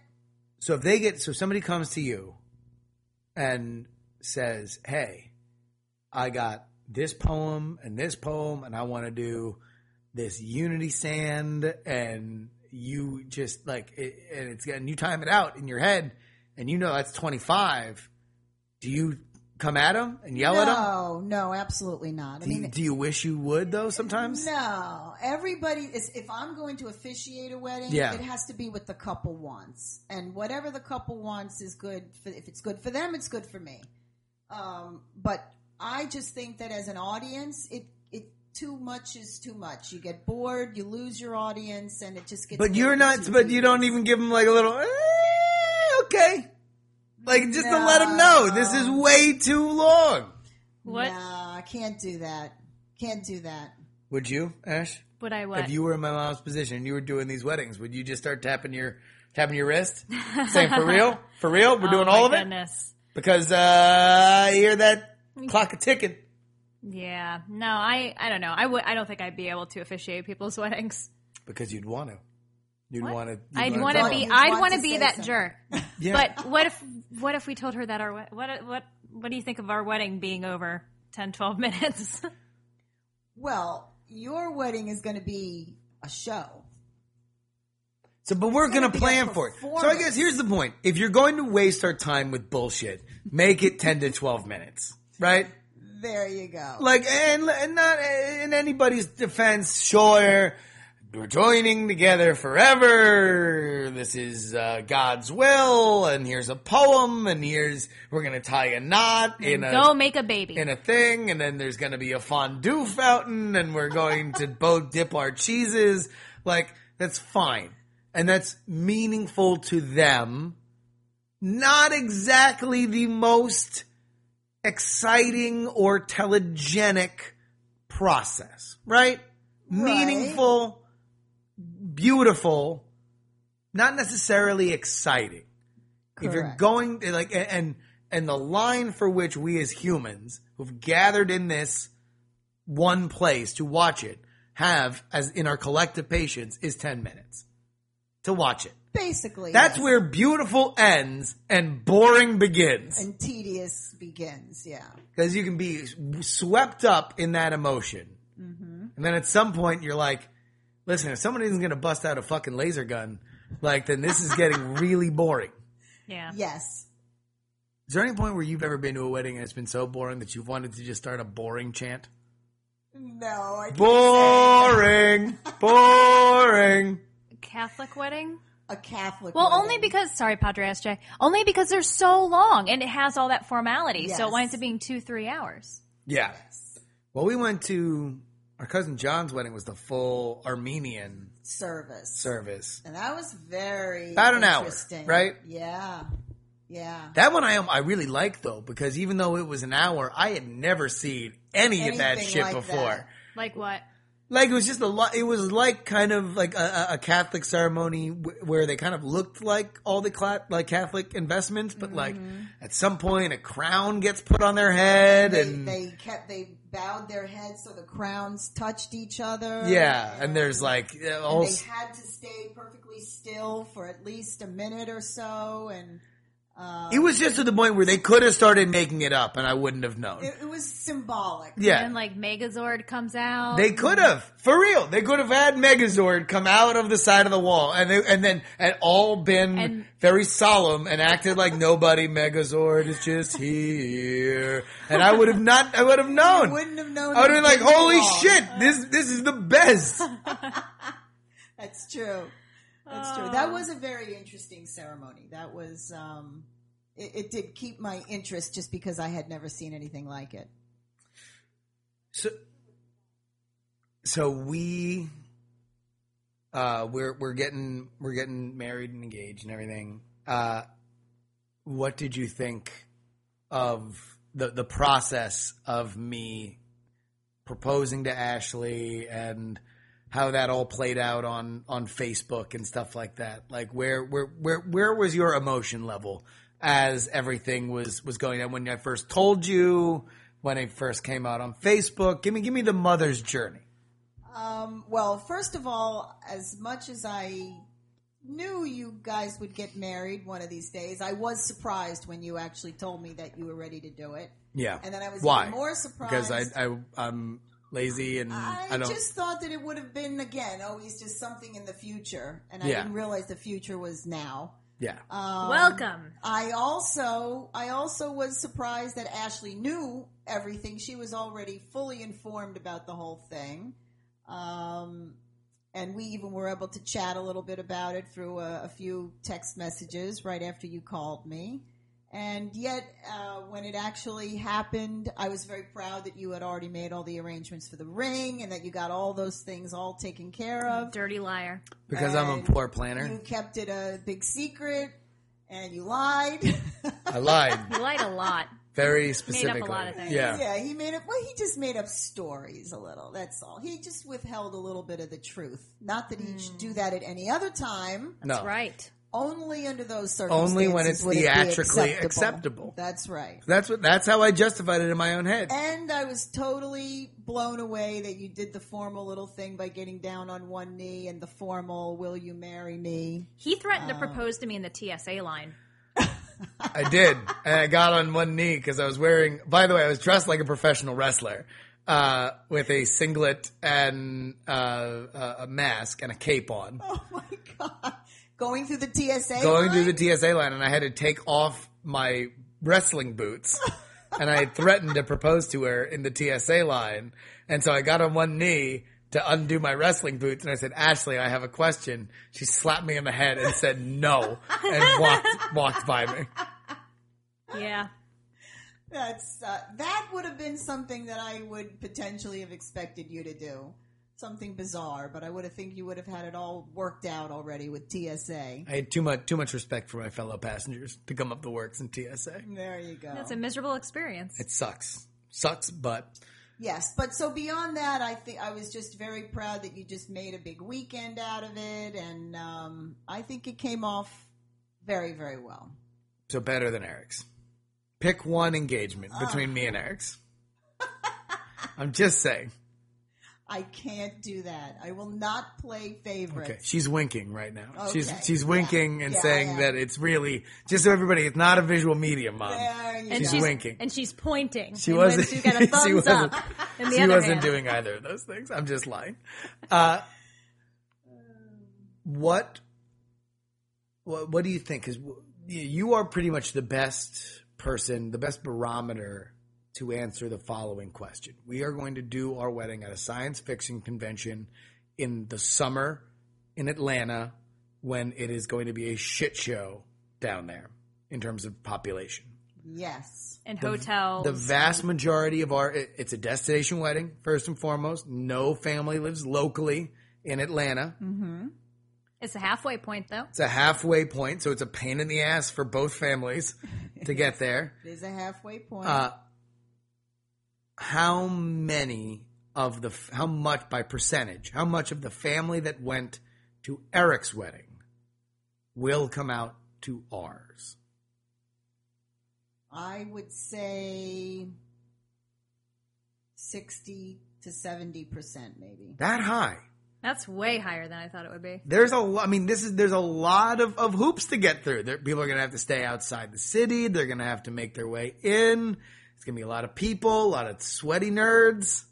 B: So if they get, so if somebody comes to you and says, "Hey, I got this poem and this poem, and I want to do this unity sand," and you just like, it, and it's and you time it out in your head, and you know that's twenty five. Do you come at them and yell at them?
C: no, no, absolutely not. I
B: Do you,
C: mean,
B: do you wish you would though? Sometimes,
C: no. Everybody is. If I'm going to officiate a wedding,
B: Yeah.
C: it has to be what the couple wants, and whatever the couple wants is good. For, if it's good for them, it's good for me. Um, but I just think that as an audience, it it too much is too much. You get bored, you lose your audience, and it just gets. a
B: but
C: little
B: you're
C: bit
B: not.
C: too
B: But
C: deep.
B: you don't even give them like a little. "Eh, okay. Like just to let them know this is way too long.
A: What
C: Nah, I can't do that. Can't do that.
B: Would you, Ash?
A: would I what?
B: If you were in my mom's position and you were doing these weddings, would you just start tapping your tapping your wrist, saying "for real, for real, we're doing
A: oh,
B: all
A: my
B: of it"?
A: goodness. Mm.
B: Because uh, I hear that clock a ticking.
A: Yeah. No, I I don't know. I would I don't think I'd be able to officiate people's weddings.
B: Because you'd want to, you'd
A: What?
B: want to,
A: I'd want to
C: draw.
A: be
C: You'd
A: I'd
C: want
A: want to
C: to
A: be
C: say
A: that
C: something.
A: jerk.
B: Yeah.
A: But what if what if we told her that our wed- what what what do you think of our wedding being over 10 12 minutes?
C: Well, your wedding is going to be a show.
B: So, but we're going
C: gonna
B: to
C: be a
B: plan for it. So, I guess here's the point: if you're going to waste our time with bullshit, make it ten to twelve minutes, right?
C: There you go.
B: like and, and not in anybody's defense sure we're joining together forever this is uh, god's will and here's a poem and here's we're gonna tie a knot in a
A: Go make a baby.
B: in a thing and then there's gonna be a fondue fountain and we're going to both dip our cheeses like that's fine and that's meaningful to them not exactly the most exciting or telegenic process, right? Meaningful, beautiful, not necessarily exciting. If you're
C: Correct.
B: going like a- and and the line for which we as humans who've gathered in this one place to watch it have as in our collective patience is 10 minutes to watch it.
C: Basically,
B: That's
C: yes.
B: where beautiful ends and boring begins
C: and tedious begins. Yeah,
B: because you can be swept up in that emotion.
C: Mm-hmm.
B: And then at some point you're like, listen, if someone isn't going to bust out a fucking laser gun, like then this is getting really boring.
A: Yeah.
C: yes.
B: Is there any point where you've ever been to a wedding and it's been so boring that you've wanted to just start a boring chant?
C: No, I can't say it.
B: Boring, boring.
A: Catholic wedding?
C: a Catholic.
A: Well,
C: wedding.
A: only because sorry, Padre SJ, only because they're so long and it has all that formality, so
C: Yes.
A: it winds up being two, three hours.
B: Yeah. Well, we went to our cousin John's wedding was the full Armenian
C: service.
B: service.
C: And that was very
B: About an hour,
C: interesting.
B: right?
C: Yeah, yeah.
B: That one I am I really like though because even though it was an hour, I had never seen any of that
C: Anything
B: shit
C: like
B: before.
C: that.
A: Like what?
B: Like it was just a lot. It was like kind of like a, a- a Catholic ceremony w- where they kind of looked like all the cla- like Catholic investments, but like at some point a crown gets put on their head
C: Mm-hmm. They,
B: and
C: they kept they bowed their heads so the crowns touched each other.
B: yeah, and there's like uh, all.
C: And
B: s-
C: they had to stay perfectly still for at least a minute or so, and uh,
B: It was just to the point where they could have started making it up, and I wouldn't have known.
C: it, it was symbolic.
B: yeah,
A: And like Megazord comes out.
B: They could have, for real. They could have had Megazord come out of the side of the wall, and they, and then and all been
A: And-
B: very solemn and acted like nobody. Megazord is just here, and I would have not. I would have
C: I
B: known.
C: wouldn't have known.
B: I would
C: they
B: have been like,
C: didn't
B: "Holy
C: belong."
B: shit! This this is the best."
C: That's true. That's true. That was a very interesting ceremony. That was. um it, it did keep my interest just because I had never seen anything like it.
B: So, so we, uh, we're we're getting we're getting married and engaged and everything. Uh, what did you think of the the process of me proposing to Ashley and how that all played out on on Facebook and stuff like that? Like where where where where was your emotion level as everything was was going down when I first told you? When it first came out on Facebook, give me give me the mother's journey.
C: Um, well, first of all, as much as I knew you guys would get married one of these days, I was surprised when you actually told me that you were ready to do it.
B: Yeah,
C: And then I was
B: why
C: even more surprised.
B: because I, I I'm lazy and Mm, I,
C: I,
B: don't.
C: just thought that it would have been, again, always just something in the future. And I
B: Yeah.
C: didn't realize the future was now.
B: yeah,
C: Um,
A: Welcome.
C: I also I also was surprised that Ashley knew everything. She was already fully informed about the whole thing, um, and we even were able to chat a little bit about it through a, a few text messages right after you called me. And yet, uh, when it actually happened, I was very proud that you had already made all the arrangements for the ring and that you got all those things all taken care of.
A: Dirty liar.
B: because I'm a
C: and
B: poor
C: You
B: planner.
C: kept it a big secret, and you lied.
B: I lied
A: You lied a lot.
B: very specifically.
A: lot of things.
B: Yeah,
C: yeah, he made up. Well, he just made up stories a little. That's all. He just withheld a little bit of the truth. Not that he should
B: Hmm.
C: do that at any other time.
B: no,
A: That's right.
C: Only under those circumstances.
B: Only when it's
C: would it be
B: theatrically acceptable.
C: That's right.
B: That's what. That's how I justified it in my own head.
C: And I was totally blown away that you did the formal little thing by getting down on one knee and the formal "Will you marry me?"
A: He threatened to propose to me in the TSA line.
B: I did, and I got on one knee because I was wearing. By the way, I was dressed like a professional wrestler uh, with a singlet and uh, a a mask and a cape on.
C: Oh my god! Going through the TSA.
B: going
C: line?
B: through the TSA line, and I had to take off my wrestling boots. and I had threatened to propose to her in the TSA line. And so I got on one knee to undo my wrestling boots, and I said, "Ashley, I have a question." She slapped me on the head and said, "No," and walked walked by me.
A: Yeah.
C: That's uh, that would have been something that I would potentially have expected you to do. Something bizarre, but I would have think you would have had it all worked out already with TSA.
B: I had too much too much respect for my fellow passengers to come up the works in TSA.
C: There you go.
A: That's a miserable experience.
B: It sucks, sucks, but
C: Yes, but so beyond that, I think I was just very proud that you just made a big weekend out of it, and um, I think it came off very, very well.
B: So better than Eric's. Pick one engagement between
C: Oh.
B: me and Eric's. I'm just saying.
C: I can't do that. I will not play favorites.
B: Okay, she's winking right now. She's
C: Okay,
B: she's
C: yeah.
B: winking and
C: Yeah,
B: saying
C: yeah.
B: that it's really just so everybody. It's not a visual medium, mom.
C: There you
B: She's
C: go.
B: winking.
D: and she's pointing.
B: She
D: And
B: wasn't.
D: She got a thumbs
B: she wasn't,
D: up. in the
B: she
D: other
B: wasn't
D: hand.
B: doing either of those things. I'm just lying. Uh,
D: Um,
B: what, what? What do you think? Because you are pretty much the best person, the best barometer to answer the following question. We are going to do our wedding at a science fiction convention in the summer in Atlanta when it is going to be a shit show down there in terms of population
C: Yes.
D: And hotels.
B: the vast majority of our it- it's a destination wedding first and foremost no family lives locally in atlanta
A: It's a halfway point though.
B: it's a halfway point so it's a pain in the ass for both families to get there
C: It is a halfway point.
B: uh, how many of the f- how much by percentage how much of the family that went to eric's wedding will come out to ours
C: I would say 60 to 70%, maybe.
B: that high
D: That's way higher than I thought it would be.
B: there's a lot. I mean, this is there's a lot of, of hoops to get through. There, people are going to have to stay outside the city. They're going to have to make their way in. It's going to be a lot of people, a lot of sweaty nerds.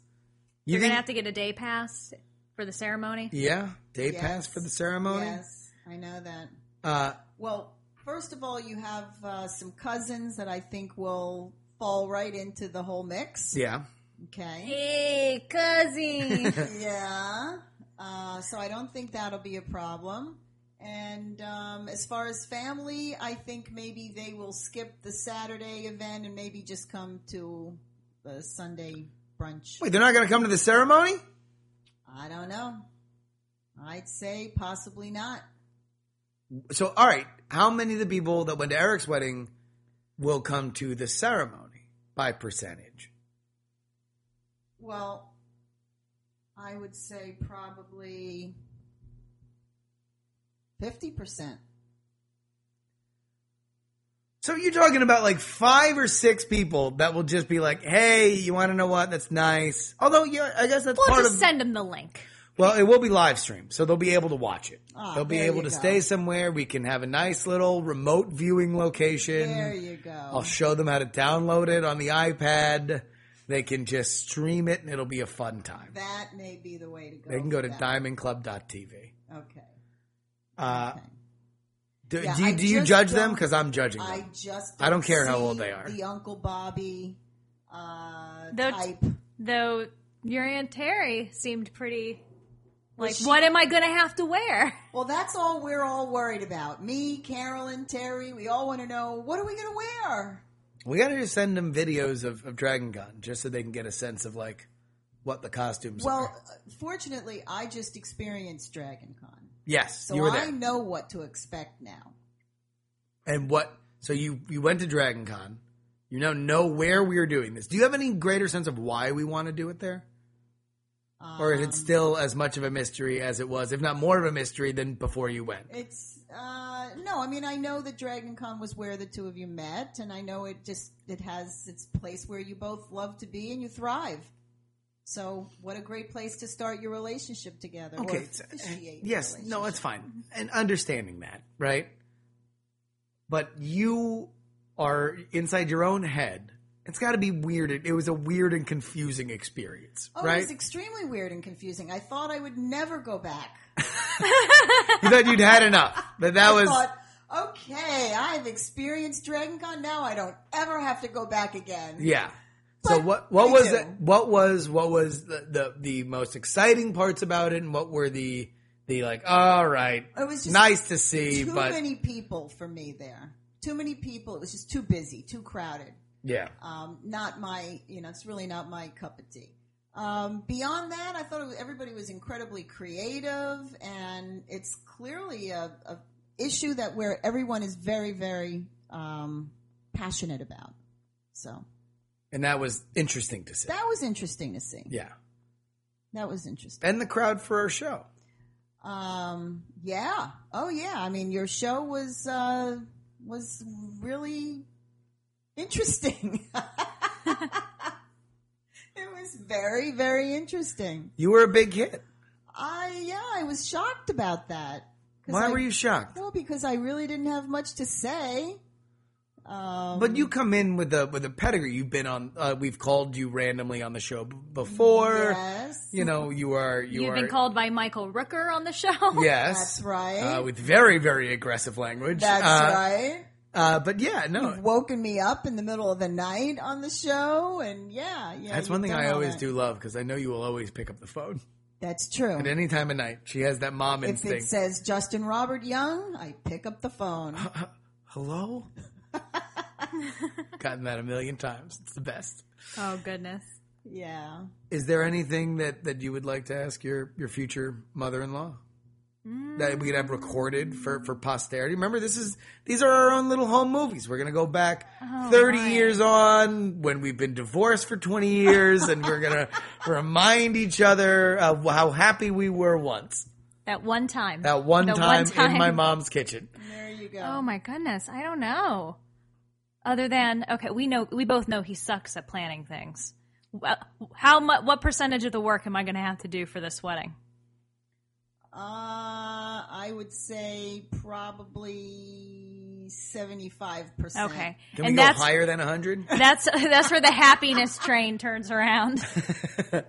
B: You
D: You're
B: think?
D: gonna have to get a day pass for the ceremony.
B: yeah, day
C: Yes.
B: pass for the ceremony.
C: Yes, I know that.
B: Uh,
C: Well, first of all, you have uh, some cousins that I think will fall right into the whole mix.
B: yeah,
C: Okay.
D: Hey, cousin.
C: yeah. Uh, so I don't think that'll be a problem. And um, as far as family, I think maybe they will skip the Saturday event and maybe just come to the Sunday brunch.
B: wait, they're not going to come to the ceremony.
C: I don't know. I'd say possibly not.
B: So, all right, how many of the people that went to Eric's wedding will come to the ceremony by percentage?
C: Well, I would say probably 50%.
B: So you're talking about like five or six people that will just be like, "Hey, you want to know what? That's nice." Although, yeah, I guess that's
D: we'll
B: part
D: just
B: of.
D: send him the link.
B: well, it will be live streamed, so they'll be able to watch it.
C: Ah,
B: they'll be
C: there
B: able
C: you
B: to
C: go.
B: stay somewhere. We can have a nice little remote viewing location.
C: There you go.
B: I'll show them how to download it on the iPad. They can just stream it, and it'll be a fun time.
C: That may be the way to go.
B: They can go
C: with
B: to
C: that.
B: diamondclub.tv.
C: Okay.
B: Uh,
C: okay.
B: do,
C: Yeah,
B: do,
C: I
B: you- do you
C: just
B: judge them?
C: don't-
B: Because I'm judging them.
C: I just
B: I don't care how
C: see
B: old they are.
C: The Uncle Bobby uh,
D: They're-
C: type.
D: Though your aunt Terry seemed pretty like,
C: she-
D: what am I gonna have to wear?
C: Well, that's all we're all worried about. Me, Carolyn, Terry, we all want to know what are we going to wear?
B: We gotta just send them videos of, of Dragon Gun just so they can get a sense of like what the costumes
C: Well, uh,
B: are.
C: fortunately, I just experienced Dragon Con.
B: Yes,
C: So
B: you were there.
C: I know what to expect now.
B: And what so you you went to Dragon Con. You now know where we are doing this. Do you have any greater sense of why we want to do it there? Or
C: Um,
B: is it still as much of a mystery as it was, if not more of a mystery than before you went?
C: It's uh, no, I mean I know that Dragon Con was where the two of you met, and I know it just it has its place where you both love to be and you thrive. So what a great place to start your relationship together. or
B: Okay. it's-
C: officiate your
B: yes. No,
C: relationship.
B: it's fine. And understanding that, right? But you are inside your own head. It's got to be weird. It it was a weird and confusing experience,
C: Oh,
B: right?
C: it was extremely weird and confusing. I thought I would never go back.
B: you thought you'd had enough, but that
C: I
B: was
C: thought, okay, I've experienced Dragon Con. Now I don't ever have to go back again.
B: yeah. So
C: But
B: what what
C: I
B: was
C: do.
B: it, what was what was the, the the most exciting parts about it, and what were the the like all right,
C: It was just
B: nice to see,
C: too
B: but
C: many people for me there. Too many people. It was just too busy, too crowded.
B: yeah,
C: Um, not my, you know, it's really not my cup of tea. Um, beyond that, I thought it was, everybody was incredibly creative, and it's clearly a, a issue that where everyone is very, very um, passionate about. So
B: and that was interesting to see.
C: That was interesting to see.
B: yeah,
C: That was interesting.
B: and the crowd for our show.
C: Um, yeah. Oh, yeah. I mean, your show was uh, was really interesting. it was very, very interesting.
B: You were a big hit.
C: I yeah, I was shocked about that. 'Cause
B: Why
C: I-
B: were you shocked?
C: Well, because I really didn't have much to say. Um,
B: But you come in with a with a pedigree. You've been on. Uh, we've called you randomly on the show b- before.
C: yes,
B: You know, you are you
D: You've
B: are
D: been called by Michael Rooker on the show.
B: yes,
C: that's right.
B: uh, with very very aggressive language.
C: that's
B: uh,
C: right.
B: Uh, but yeah, no,
C: Woken me up in the middle of the night on the show, and yeah, yeah.
B: that's
C: you've
B: one thing
C: done
B: I
C: all
B: always
C: that.
B: do love because I know you will always pick up the phone
C: That's true.
B: at any time of night. She has that mom
C: If it
B: instinct.
C: says Justin Robert Young, I pick up the phone.
B: Hello. Gotten that a million times. It's the best.
D: Oh goodness.
C: yeah.
B: Is there anything that that you would like to ask your your future mother in law that we could have recorded for for posterity? Remember, this is these are our own little home movies. We're gonna go back thirty years on when we've been divorced for twenty years, and we're gonna remind each other of how happy we were once
D: That one time.
B: that one,
D: The
B: time, in my mom's kitchen.
C: There you go.
D: Oh my goodness. I don't know. Other than okay, we know we both know he sucks at planning things. Well, how much? What percentage of the work am I going to have to do for this wedding?
C: Uh, I would say probably 75%.
D: Okay,
B: Can
D: and
B: we go
D: that's
B: higher than hundred?
D: that's that's where the happiness train turns around.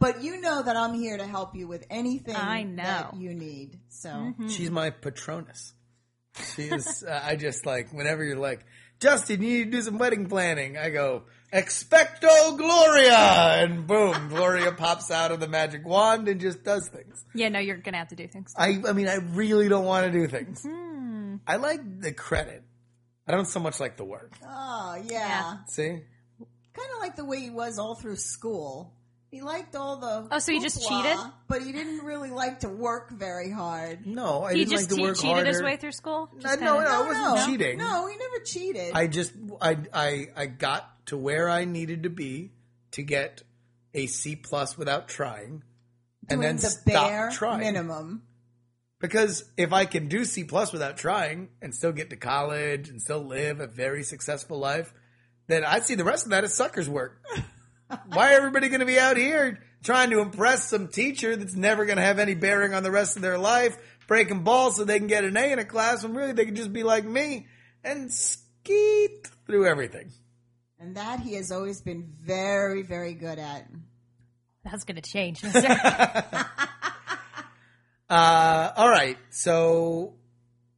C: But you know that I'm here to help you with anything
D: I know. Mm-hmm.
C: that you need. So
D: Hmm.
B: She's my patronus. She is. uh, I just like whenever you're like, Justin, you need to do some wedding planning. I go expecto gloria, and boom, Gloria pops out of the magic wand and just does things.
D: yeah, no, you're going to have to do things.
B: I, I mean, I really don't want to do things.
D: Hmm.
B: I like the credit. I don't so much like the work.
C: Oh, yeah.
D: Yeah.
B: See,
C: Kind of like the way he was all through school. He liked all the.
D: Oh, so he just
C: hoopla,
D: cheated?
C: But he didn't really like to work very hard.
B: no, I
D: He
B: didn't
D: just
B: like to
D: che-
B: work
D: cheated
B: harder.
D: his way through school.
B: I-
D: Just
B: no,
D: kinda-
B: no, it wasn't
C: no.
B: cheating.
C: No, he never cheated.
B: I just I I I got to where I needed to be to get a C plus without trying,
C: Doing
B: and then
C: the
B: stop
C: bare
B: trying.
C: minimum.
B: Because if I can do C plus without trying and still get to college and still live a very successful life, then I see the rest of that as sucker's work. Why are everybody going to be out here trying to impress some teacher that's never going to have any bearing on the rest of their life, breaking balls so they can get an A in a class when really they could just be like me and skeet through everything?
C: And that he has always been very, very good at.
D: That's going to change. Mr.
B: Uh, all right. So,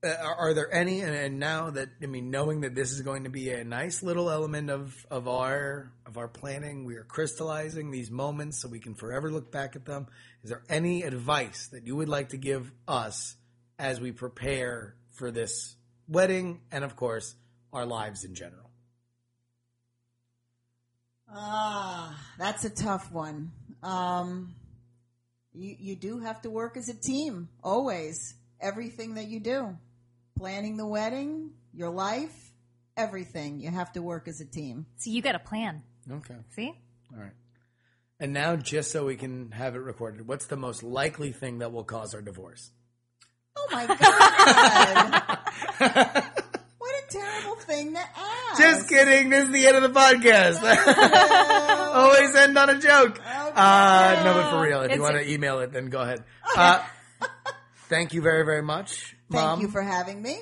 B: uh, are, are there any? And, and now that I mean, knowing that this is going to be a nice little element of of our of our planning, we are crystallizing these moments so we can forever look back at them. Is there any advice that you would like to give us as we prepare for this wedding and, of course, our lives in general?
C: Ah, that's a tough one. Um, you you do have to work as a team always. Everything that you do, planning the wedding, your life, everything. You have to work as a team.
D: See, you got a plan.
B: Okay.
D: See,
B: All right. And now, just so we can have it recorded, what's the most likely thing that will cause our divorce?
C: Oh my god! what a terrible thing to ask.
B: Just kidding. This is the end of the podcast. Always end on a joke. Uh, no, but for real, if you
D: It's-
B: want to email it, then go ahead. Uh, thank you very, very much,
C: Thank
B: Mom.
C: you for having me.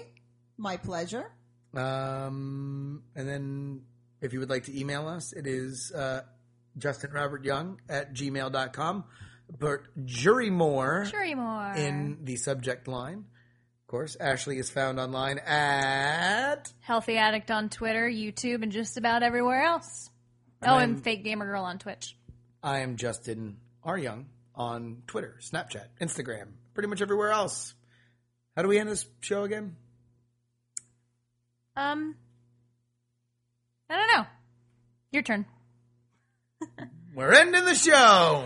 C: My pleasure.
B: um, and then if you would like to email us, it is uh, Justin Robert Young at gmail.com. But Jury Moore
D: sure you more.
B: in the subject line. Of course, Ashley is found online at.
D: Healthy addict on Twitter, YouTube, and just about everywhere else. oh, and fake gamer girl on Twitch.
B: I am Justin R. Young on Twitter, Snapchat, Instagram, pretty much everywhere else. How do we end this show again?
D: Um, I don't know. Your turn.
B: We're ending the show.